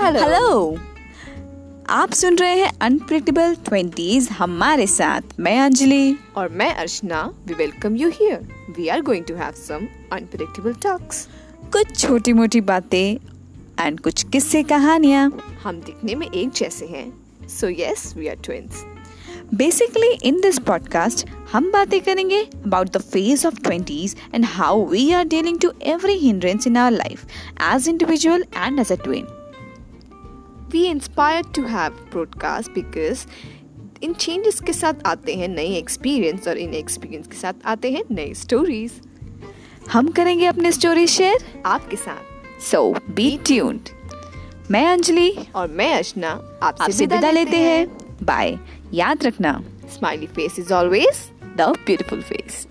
hello hello आप सुन रहे हैं अनप्रिडिक्टेबल ट्वेंटीज हमारे साथ मैं अंजलि और मैं Archana we welcome you here we are going to have some unpredictable talks कुछ छोटी मोटी बातें एंड कुछ किस्से कहानियाँ हम दिखने में एक जैसे हैं so yes we are twins basically in this podcast हम बातें करेंगे about the phase of twenties and how we are dealing to every hindrance in our life as individual and as a twin we inspire to have broadcast because इन changes के साथ आते हैं नए experience और इन एक्सपीरियंस के साथ आते हैं नए स्टोरीज हम करेंगे अपनी स्टोरी शेयर आपके साथ सो बी ट्यून्ड मैं अंजलि और मैं अर्चना आपसे आपसे विदा लेते हैं बाय याद रखना smiley face is always the beautiful face